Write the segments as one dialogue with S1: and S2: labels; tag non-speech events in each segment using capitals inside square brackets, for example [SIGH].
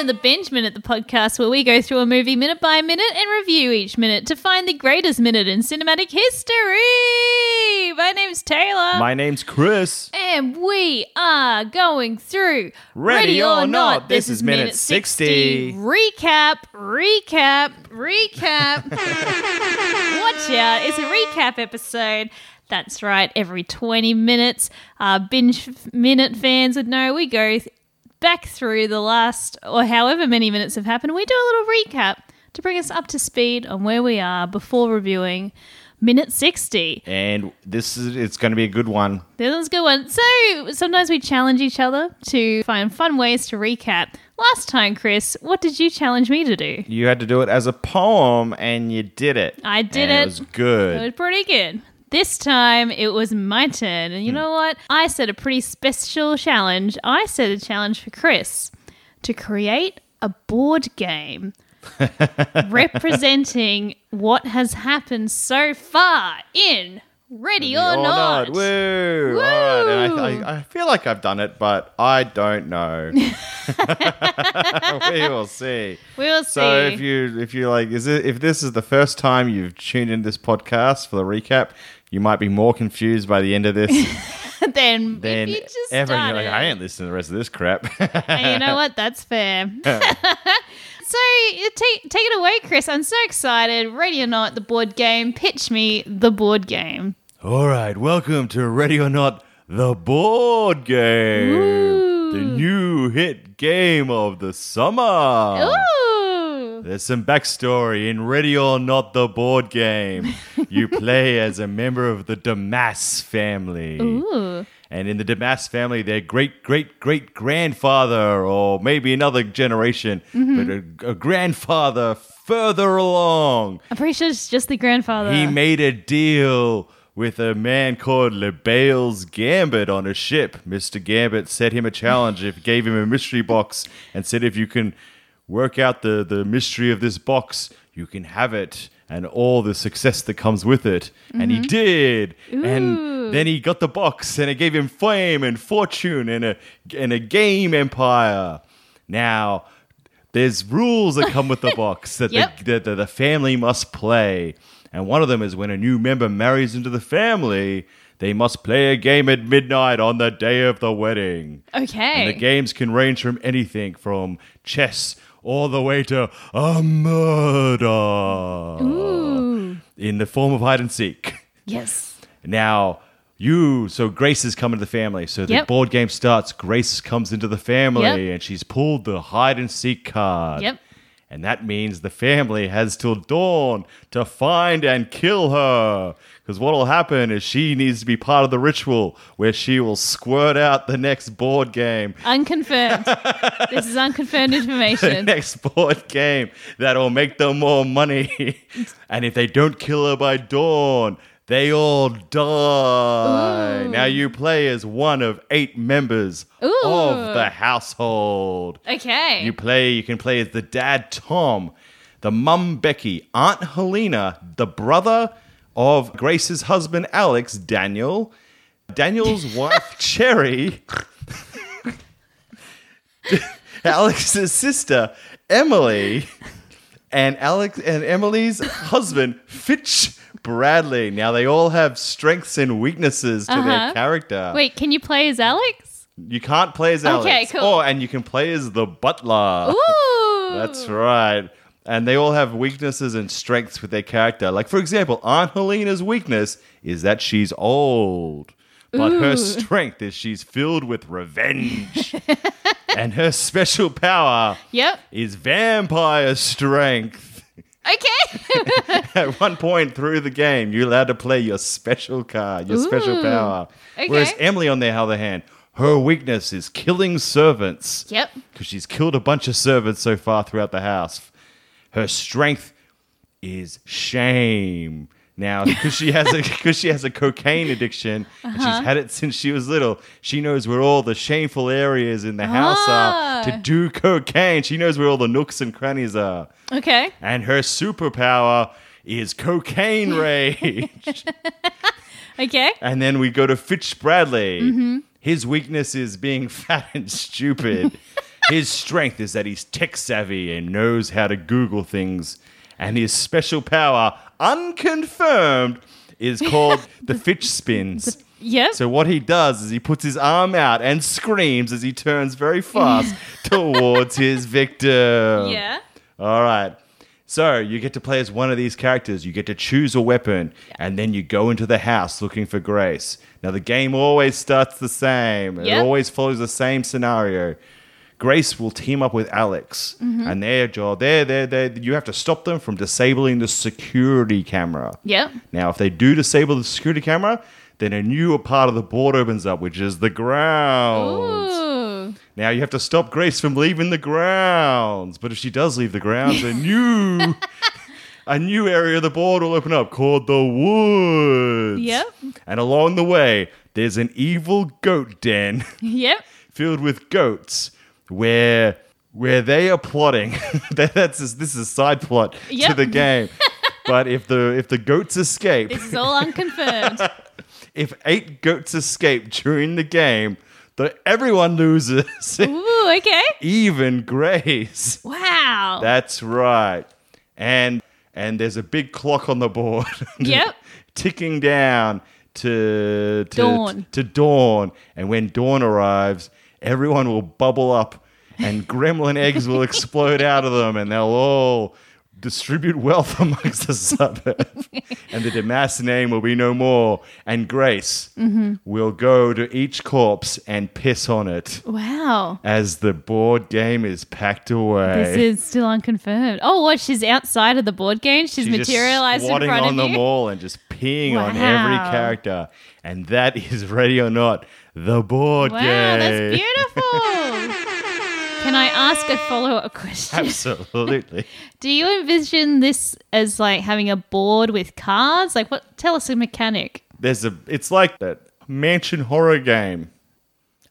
S1: of the binge minute, the podcast where we go through a movie minute by minute and review each minute to find the greatest minute in cinematic history. My name's Taylor.
S2: My name's Chris.
S1: and we are going through
S2: Ready or Not, this is minute 60.
S1: Recap, recap, recap. Watch out, it's a recap episode. That's right, every 20 minutes, uh, binge f- minute fans would know we go th- back through the last or however many minutes have happened. We do a little recap to bring us up to speed on where we are before reviewing minute 60.
S2: And this is it's going to be a good one.
S1: This is a good one. So sometimes we challenge each other to find fun ways to recap. Last time, Chris, what did you challenge me to do?
S2: You had to do it as a poem and you did it.
S1: I did
S2: And
S1: it.
S2: It was
S1: It was
S2: good.
S1: pretty good. This time it was my turn. And you
S2: Hmm.
S1: know what? I set a pretty special challenge. I set a challenge for Chris to create a board
S2: [LAUGHS]
S1: game representing what has happened so far in Ready, or,
S2: Or
S1: Not.
S2: Woo. All right. And I,
S1: Woo.
S2: I, I feel like I've done it, but I don't
S1: [LAUGHS]
S2: know. [LAUGHS] we will see.
S1: We'll see.
S2: So if you if you like is it if this is the first time you've tuned in this podcast for the recap, you might be more confused by the end
S1: [LAUGHS]
S2: of this
S1: [LAUGHS] then,
S2: than
S1: if you just
S2: ever. You're like,
S1: started-
S2: I ain't listening to the rest of this crap. [LAUGHS]
S1: Hey, you know what? That's fair. [LAUGHS] so you take take it away, Chris. I'm so excited. Ready or not, the board game. Pitch me the board game.
S2: All right, welcome to Ready or Not, the board game. The new hit game of the summer.
S1: Ooh.
S2: There's some backstory in Ready or Not, the board game. you play as a member of the Damas family.
S1: Ooh.
S2: And in the Damas family, their great great great grandfather, or maybe another generation, but a, a grandfather further along,
S1: I'm pretty sure it's just the grandfather.
S2: he made a deal with a man called LeBale's Gambit on a ship. Mr. Gambit set him a challenge, if gave him a mystery box, and said if you can work out the, the mystery of this box, you can have it and all the success that comes with it. And he did. And then he got the box and it gave him fame and fortune and a and a game empire. Now there's rules that come
S1: [LAUGHS]
S2: with the box that
S1: Yep.
S2: the that the, the family must play. And one of them is when a new member marries into the family, they must play a game at midnight on the day of the wedding.
S1: okay.
S2: And the games can range from anything from chess all the way to a murder
S1: Ooh.
S2: in the form of hide and seek.
S1: Yes.
S2: Now, you, so Grace has come into the family. So the
S1: Yep.
S2: board game starts. Grace comes into the family
S1: Yep.
S2: and she's pulled the hide and seek card.
S1: Yep.
S2: And that means the family has till dawn to find and kill her. Because what will happen is she needs to be part of the ritual where she will squirt out the next board game. [LAUGHS]
S1: Unconfirmed. this is unconfirmed
S2: The
S1: information.
S2: [LAUGHS] next board game that'll make them more money. and if they don't kill her by dawn, they all die. Now you play as one of eight members
S1: Ooh.
S2: of the household.
S1: Okay.
S2: You play. You can play as the dad Tom, the mum Becky, Aunt Helena, the brother of Grace's husband Alex, Daniel, Daniel's
S1: [LAUGHS]
S2: wife Cherry, Alex's sister Emily, and Alex and Emily's husband Fitch Bradley. Now they all have strengths and weaknesses to
S1: Uh-huh.
S2: their character.
S1: Wait, can you play as
S2: [LAUGHS]
S1: Alex?
S2: You can't play as Alex.
S1: Okay, cool.
S2: Oh, and you can play as the butler.
S1: Ooh.
S2: That's right. And they all have weaknesses and strengths with their character. Like, for example, Aunt Helena's weakness is that she's old, but her strength is she's filled with revenge. [LAUGHS] and her special power
S1: Yep.
S2: is vampire strength.
S1: Okay. [LAUGHS]
S2: [LAUGHS] At one point through the game, you're allowed to play your special card, your special
S1: Ooh.
S2: power.
S1: Okay.
S2: Whereas Emily, on the other hand, her weakness is killing servants
S1: yep.
S2: because she's killed a bunch of servants so far throughout the house. Her strength is shame.
S1: [LAUGHS]
S2: Now, because she has a because she has a cocaine addiction, and
S1: Uh-huh.
S2: she's had it since she was little. She knows where all the shameful areas in the house are
S1: Ah.
S2: to do cocaine. She knows where all the nooks and crannies are,
S1: Okay.
S2: and her superpower is cocaine rage. Uh,
S1: Okay.
S2: And then [LAUGHS] we go to Fitch Bradley. His weakness is being fat and stupid. His strength is that he's tech savvy and knows how to Google things. And his special power, unconfirmed, is called the Fitch spins.
S1: Yep.
S2: So what he does is he puts his arm out and screams as he turns very fast towards his victim.
S1: yeah.
S2: All right. So you get to play as one of these characters. You get to choose a weapon, and then you go into the house looking for Grace. Now the game always starts the same. It
S1: Yep.
S2: always follows the same scenario. Grace will team up with Alex,
S1: Mm-hmm.
S2: and their job, there, there, there, you have to stop them from disabling the security camera.
S1: Yep.
S2: Now, if they do disable the security camera, then a newer part of the board opens up, which is the grounds.
S1: Ooh.
S2: Now you have to stop Grace from leaving the grounds. But if she does leave the
S1: [LAUGHS]
S2: grounds, a new a new area of the board will open up called the woods.
S1: Yep.
S2: And along the way, there's an evil goat den [LAUGHS]
S1: Yep.
S2: filled with goats where where they are plotting. [LAUGHS] that, that's this is a side plot to
S1: Yep. [LAUGHS]
S2: the game. but if the if the goats escape,
S1: This is all unconfirmed.
S2: if eight goats escape during the game, the everyone loses.
S1: [LAUGHS] Ooh, okay.
S2: [LAUGHS] even grace.
S1: Wow.
S2: That's right. And and there's a big clock on the board. [LAUGHS]
S1: Yep.
S2: ticking down to, to
S1: Dawn.
S2: To dawn. And when dawn arrives, everyone will bubble up
S1: [LAUGHS]
S2: and gremlin eggs will explode out of them and they'll all distribute wealth [LAUGHS] amongst the suburb.
S1: [LAUGHS]
S2: and the Damas name will be no more. And Grace
S1: Mm-hmm.
S2: will go to each corpse and piss on it
S1: wow.
S2: as the board game is packed away.
S1: This is still unconfirmed. Oh, what? She's outside of the board game. She's,
S2: She's just
S1: materialized in
S2: squatting
S1: front
S2: on
S1: of
S2: them
S1: you.
S2: all and just peeing on every
S1: Wow.
S2: character. And that [LAUGHS] is ready or not the board
S1: Wow,
S2: game.
S1: that's
S2: [LAUGHS]
S1: beautiful. Can I ask a follow up question?
S2: Absolutely.
S1: Do you envision this as like having a board with cards? Like, what? Tell us the mechanic.
S2: There's a it's like that mansion horror game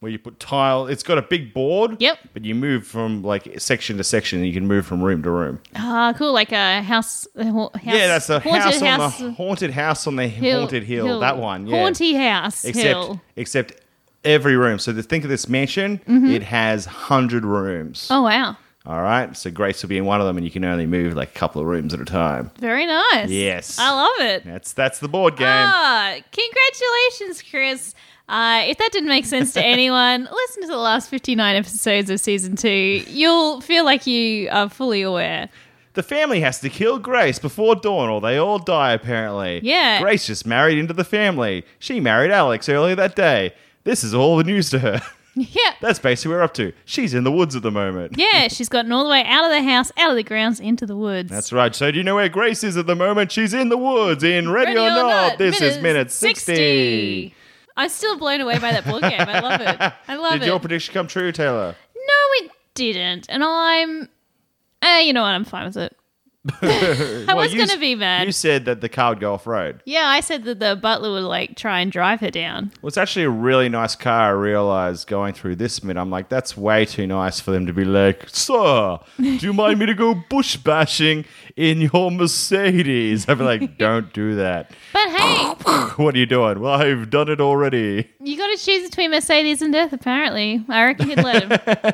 S2: where you put tile it's got a big board.
S1: Yep.
S2: But you move from like section to section and you can move from room to room.
S1: Ah, cool. Like a house. a ho- house
S2: yeah, that's a house,
S1: haunted
S2: on the haunted house on the haunted hill. That one, yeah.
S1: Haunty house
S2: except
S1: hill.
S2: except every room. So the, think of this mansion;
S1: Mm-hmm.
S2: it has hundred rooms.
S1: Oh wow,
S2: All right, so Grace will be in one of them, and you can only move like a couple of rooms at a time.
S1: very nice.
S2: Yes.
S1: I love it.
S2: That's that's the board game.
S1: Ah, congratulations, Chris. Uh, if that didn't make sense
S2: [LAUGHS]
S1: to anyone, listen to the last 59 episodes of season two. You'll feel like you are fully aware. [LAUGHS]
S2: The family has to kill Grace before dawn, or they all die. Apparently,
S1: Yeah.
S2: Grace just married into the family. She married Alex earlier that day. This is all the news to her. [LAUGHS]
S1: Yeah.
S2: that's basically what we're up to. She's in the woods at the moment.
S1: Yeah, she's gotten all the way out of the house, out of the grounds, into the woods.
S2: That's right. So, do you know where Grace is at the moment? She's in the woods in Ready, or, not. This is minute 60.
S1: I'm still blown away by that board game. I love it.
S2: [LAUGHS]
S1: I love
S2: Did
S1: it.
S2: your prediction come true, Taylor?
S1: no, it didn't. And I'm, uh, you know what? I'm fine with
S2: [LAUGHS]
S1: it. [LAUGHS] I was
S2: you
S1: going to
S2: s-
S1: be mad.
S2: You said that the car would go off road.
S1: yeah, I said that the butler would like try and drive her down.
S2: Well, it's actually a really nice car. I realized going through this minute, I'm like, that's way too nice for them to be like, Sir, do you mind me to go bush bashing in your Mercedes? I'd be like, [LAUGHS] Don't do that.
S1: But hey,
S2: What are you doing? Well, I've done it already.
S1: you got to choose between Mercedes and death, apparently. I reckon he'd [LAUGHS] let him.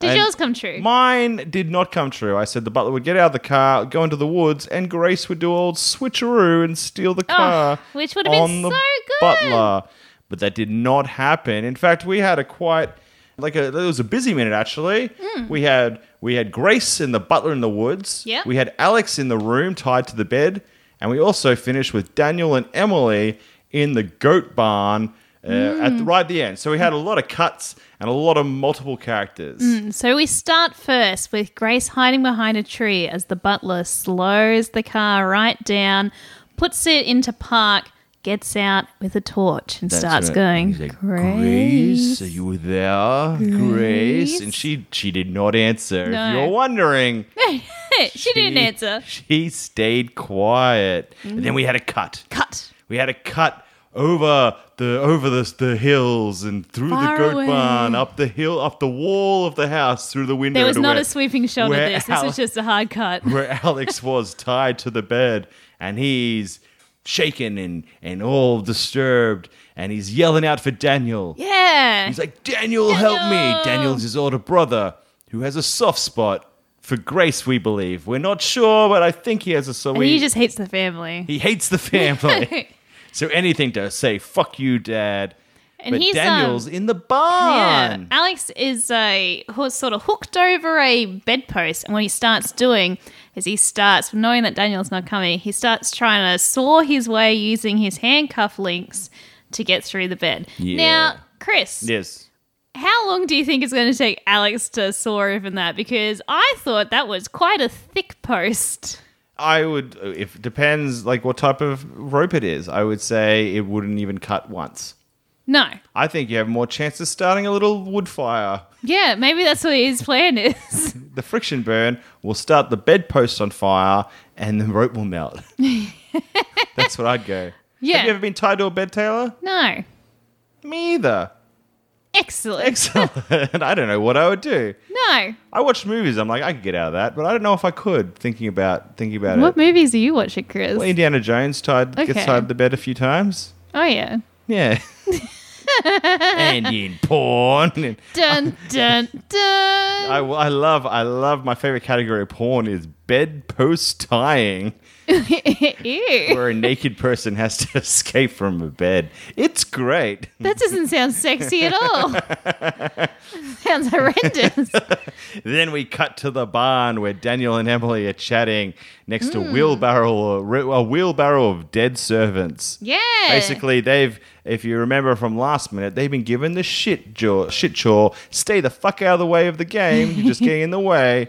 S1: Did
S2: And
S1: yours come true?
S2: Mine did not come true. I said the butler would get out of the car, go into the woods, and Grace would do old switcheroo and steal the car.
S1: Oh, which would have been
S2: on the
S1: so good.
S2: Butler, but that did not happen. In fact, we had a quite like a it was a busy minute actually.
S1: Hmm.
S2: We had we had Grace and the butler in the woods.
S1: Yep.
S2: We had Alex in the room tied to the bed, and we also finished with Daniel and Emily in the goat barn. Uh, At
S1: Hmm.
S2: the, right at the end, so we had a lot of cuts and a lot of multiple characters.
S1: So we start first with Grace hiding behind a tree as the butler slows the car right down, puts it into park, gets out with a torch, and starts going. Grace.
S2: Grace, are you there? Grace,
S1: Grace?
S2: and she she did not answer.
S1: No.
S2: If
S1: [LAUGHS]
S2: you're wondering,
S1: she didn't answer.
S2: She stayed quiet. And then we had a cut.
S1: Cut.
S2: We had a cut over the over the, the hills and through
S1: Far
S2: the goat
S1: away.
S2: barn, up the hill, up the wall of the house, through the window.
S1: There was
S2: to
S1: not
S2: [LAUGHS] where-
S1: a sweeping shot of
S2: where
S1: this. This
S2: Al-
S1: [LAUGHS] was just a hard cut.
S2: where Alex was tied to the bed, and he's shaken and, and all disturbed, and he's yelling out for Daniel.
S1: Yeah.
S2: He's like, Daniel, help
S1: Daniel!"
S2: me. Daniel's his older brother who has a soft spot for Grace, we believe. We're not sure, but I think he has a soft
S1: and he just hates the family.
S2: he hates
S1: [LAUGHS]
S2: the family. so anything to say, fuck you, dad.
S1: And
S2: but
S1: he's, um,
S2: Daniel's in the
S1: Yeah,
S2: barn.
S1: Alex is a who's sort of hooked over a bedpost, and what he starts doing is he starts knowing that Daniel's not coming. He starts trying to saw his way using his handcuff links to get through the bed.
S2: Yeah.
S1: Now, Chris,
S2: Yes.
S1: how long do you think it's going to take Alex to saw over that? Because I thought that was quite a thick post.
S2: I would, uh, if depends like what type of rope it is. I would say it wouldn't even cut once.
S1: No,
S2: I think you have more chance of starting a little wood fire.
S1: yeah, maybe that's what his plan is. [LAUGHS]
S2: The friction burn will start the bedpost on fire and the rope
S1: [LAUGHS]
S2: will melt. That's what I'd go.
S1: Yeah.
S2: Have you ever been tied to a bed, Taylor?
S1: no,
S2: Me either. [LAUGHS]
S1: excellent.
S2: Excellent. I don't know what I would do.
S1: No,
S2: I watch movies. I'm like, I could get out of that, but I don't know if I could. Thinking about thinking about
S1: what
S2: it.
S1: movies are you watching, Chris?
S2: Well, Indiana Jones tied
S1: Okay.
S2: gets tied to the bed a few times.
S1: Oh yeah. [LAUGHS]
S2: Yeah. and in porn, And
S1: Dun dun dun.
S2: I, I love I love my favorite category of porn is bedpost tying,
S1: [LAUGHS] Ew.
S2: where a naked person has to [LAUGHS] escape from a bed. It's great.
S1: That doesn't sound sexy at all. Sounds horrendous.
S2: Then we cut to the barn where Daniel and Emily are chatting next to wheelbarrow or a wheelbarrow of dead servants.
S1: Yeah.
S2: Basically, they've, if you remember from last minute, they've been given the shit jaw, shit chore. Stay the fuck out of the way of the game. You're just getting in the way,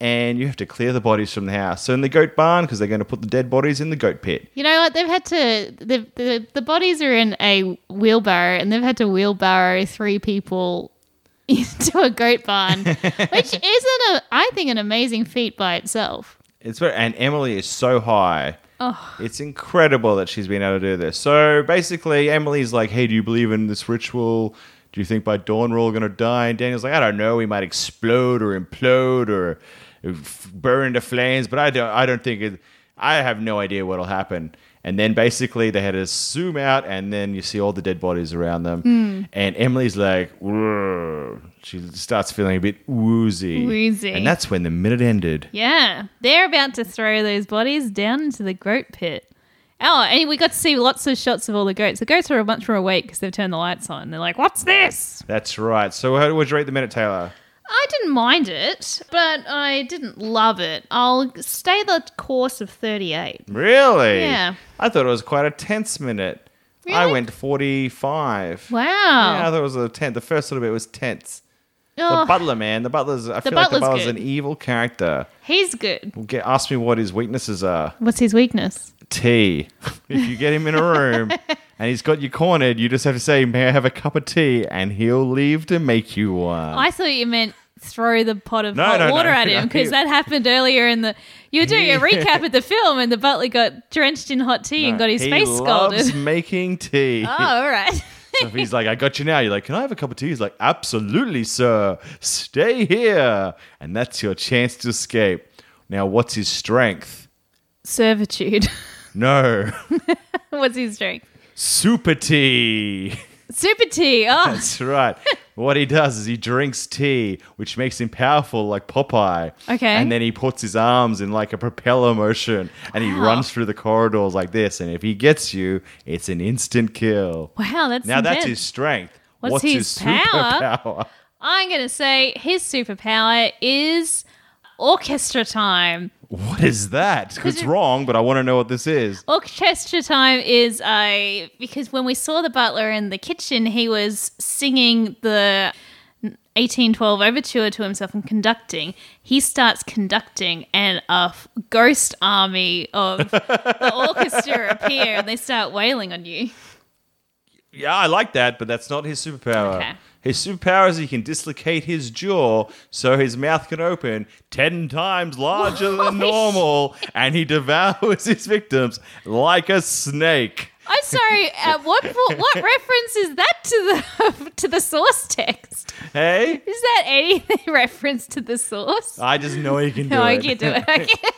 S2: and you have to clear the bodies from the house. So in the goat barn, because they're going to put the dead bodies in the goat pit.
S1: You know what? They've had to. The, the the bodies are in a wheelbarrow, and they've had to wheelbarrow three people [LAUGHS] into a goat barn, which isn't a. I think an amazing feat by itself.
S2: It's very, and Emily is so high.
S1: Oh.
S2: It's incredible that she's been able to do this. So basically, Emily's like, "Hey, do you believe in this ritual? Do you think by dawn we're all gonna die?" And Daniel's like, "I don't know. We might explode or implode or f- burn into flames, but I don't. I don't think it. I have no idea what'll happen." And then basically they had to zoom out, and then you see all the dead bodies around them. And Emily's like, "Whoa." she starts feeling a bit woozy,
S1: Woozy.
S2: and that's when the minute ended.
S1: Yeah, they're about to throw those bodies down into the goat pit. Oh, and we got to see lots of shots of all the goats. The goats are much more awake because they've turned the lights on. They're like, "What's this?"
S2: That's right. So how would you rate the minute, Taylor?
S1: I didn't mind it, but I didn't love it. I'll stay the course of 38.
S2: Really?
S1: Yeah.
S2: I thought it was quite a tense minute. I
S1: Really?
S2: went to 45.
S1: Wow.
S2: Yeah, I thought it was a tense. The first little bit was tense. The
S1: Oh,
S2: butler, man. The butler's. I
S1: The
S2: feel like the
S1: butler's
S2: butler's
S1: good.
S2: an evil character.
S1: he's good.
S2: Well, Get, ask me what his weaknesses are.
S1: What's his weakness?
S2: Tea. [LAUGHS] if you get him in a
S1: [LAUGHS]
S2: room and he's got you cornered, you just have to say, "May I have a cup of tea?" and he'll leave to make you one.
S1: I thought you meant throw the pot of
S2: No,
S1: hot
S2: no, no,
S1: water at
S2: [LAUGHS] no.
S1: him because that happened earlier in the. You were
S2: [LAUGHS]
S1: doing a recap of the film and the butler got drenched in hot tea and got his
S2: he
S1: face
S2: loves
S1: scalded.
S2: making tea.
S1: Oh, all right. [LAUGHS]
S2: [LAUGHS] So if he's like, I got you now, you're like, Can I have a cup of tea? He's like, Absolutely, sir. Stay here. And that's your chance to escape. Now, what's his strength?
S1: Servitude. [LAUGHS]
S2: No. [LAUGHS]
S1: What's his drink?
S2: Super tea. [LAUGHS]
S1: Super tea. Oh,
S2: That's right. what he does is he drinks tea, which makes him powerful like Popeye.
S1: Okay.
S2: And then he puts his arms in like a propeller motion and he
S1: Wow.
S2: runs through the corridors like this. And if he gets you, it's an instant kill.
S1: wow. That's
S2: Now, that's
S1: intense.
S2: his strength.
S1: What's
S2: what's
S1: his power?
S2: [LAUGHS] superpower?
S1: I'm going to say his superpower is orchestra time.
S2: What is that? It's
S1: it-
S2: wrong, but I want to know what this is.
S1: Orchestra time is a because when we saw the butler in the kitchen, he was singing the 1812 overture to himself and conducting. He starts conducting, and a f- ghost army
S2: [LAUGHS]
S1: of the orchestra appear and they start wailing on you.
S2: Yeah, I like that, but that's not his superpower.
S1: Okay.
S2: His superpower is he can dislocate his jaw so his mouth can open 10 times larger than
S1: Holy
S2: normal and he devours his victims like a snake.
S1: I'm sorry. At what po- what reference is that to the [LAUGHS] to the source text?
S2: Hey?
S1: Is that any [LAUGHS] reference to the source?
S2: [LAUGHS] I just know he can do
S1: No, [LAUGHS]
S2: it.
S1: I can't do it. I can't.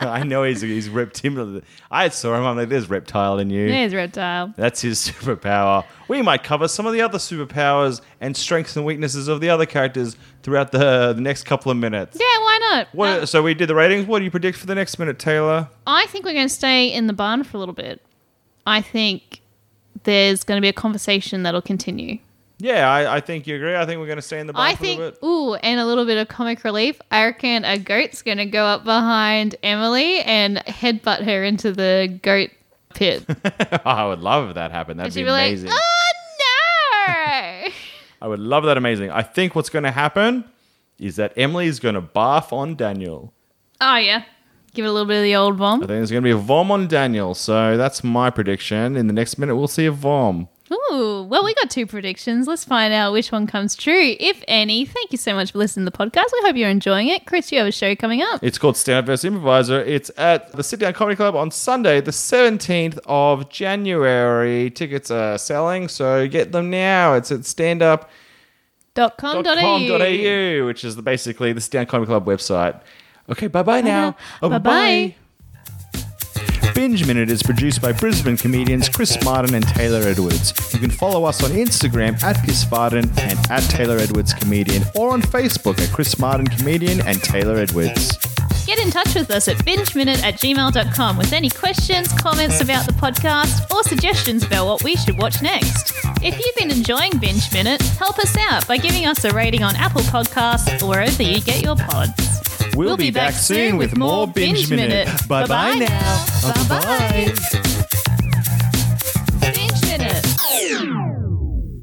S2: I know he's he's reptilian. I saw him. I'm like, there's reptile in you.
S1: There's reptile.
S2: That's his [LAUGHS] superpower. We might cover some of the other superpowers and strengths and weaknesses of the other characters throughout the, the next couple of minutes.
S1: Yeah, why not?
S2: What,
S1: Uh,
S2: so we did the ratings. What do you predict for the next minute, Taylor?
S1: I think we're going to stay in the barn for a little bit. I think there's going to be a conversation that'll continue.
S2: Yeah, I, I think you agree. I think we're going to stay in the barn
S1: I
S2: for a little
S1: think,
S2: bit.
S1: ooh, and a little bit of comic relief. I reckon a goat's going to go up behind Emily and headbutt her into the goat
S2: [LAUGHS]
S1: pit.
S2: I would love if that happened. That'd
S1: And she'd
S2: be,
S1: be like,
S2: amazing.
S1: oh no! [LAUGHS]
S2: I would love that amazing. I think what's going to happen is that Emily's going to barf on Daniel.
S1: oh, yeah. Give it a little bit of the old
S2: I
S1: bomb.
S2: think there's going to be a vom on Daniel. So that's my prediction. In the next minute, we'll see a vom.
S1: Ooh, well, we got two predictions. Let's find out which one comes true, if any. Thank you so much for listening to the podcast. We hope you're enjoying it. Chris, you have a show coming up.
S2: It's called Stand Up vs. Improviser. It's at the Sit Down Comedy Club on Sunday, the 17th of January. Tickets are selling, so get them now. It's at standup.com.au,
S1: Dot com dot au.
S2: which is the, basically the Sit Down Comedy Club website. Okay, bye bye now. Oh,
S1: Bye-bye.
S2: Binge Minute is produced by Brisbane comedians Chris Martin and Taylor Edwards. You can follow us on Instagram at Chris Martin and at Taylor Edwards Comedian, or on Facebook at Chris Martin Comedian and Taylor Edwards.
S1: Get in touch with us at bingeminute at gmail.com with any questions, comments about the podcast, or suggestions about what we should watch next. If you've been enjoying Binge Minute, help us out by giving us a rating on Apple Podcasts or wherever you get your pods.
S2: We'll, be, back, soon with more Binge Minute. Bye bye now.
S1: Bye bye.
S2: Bye bye.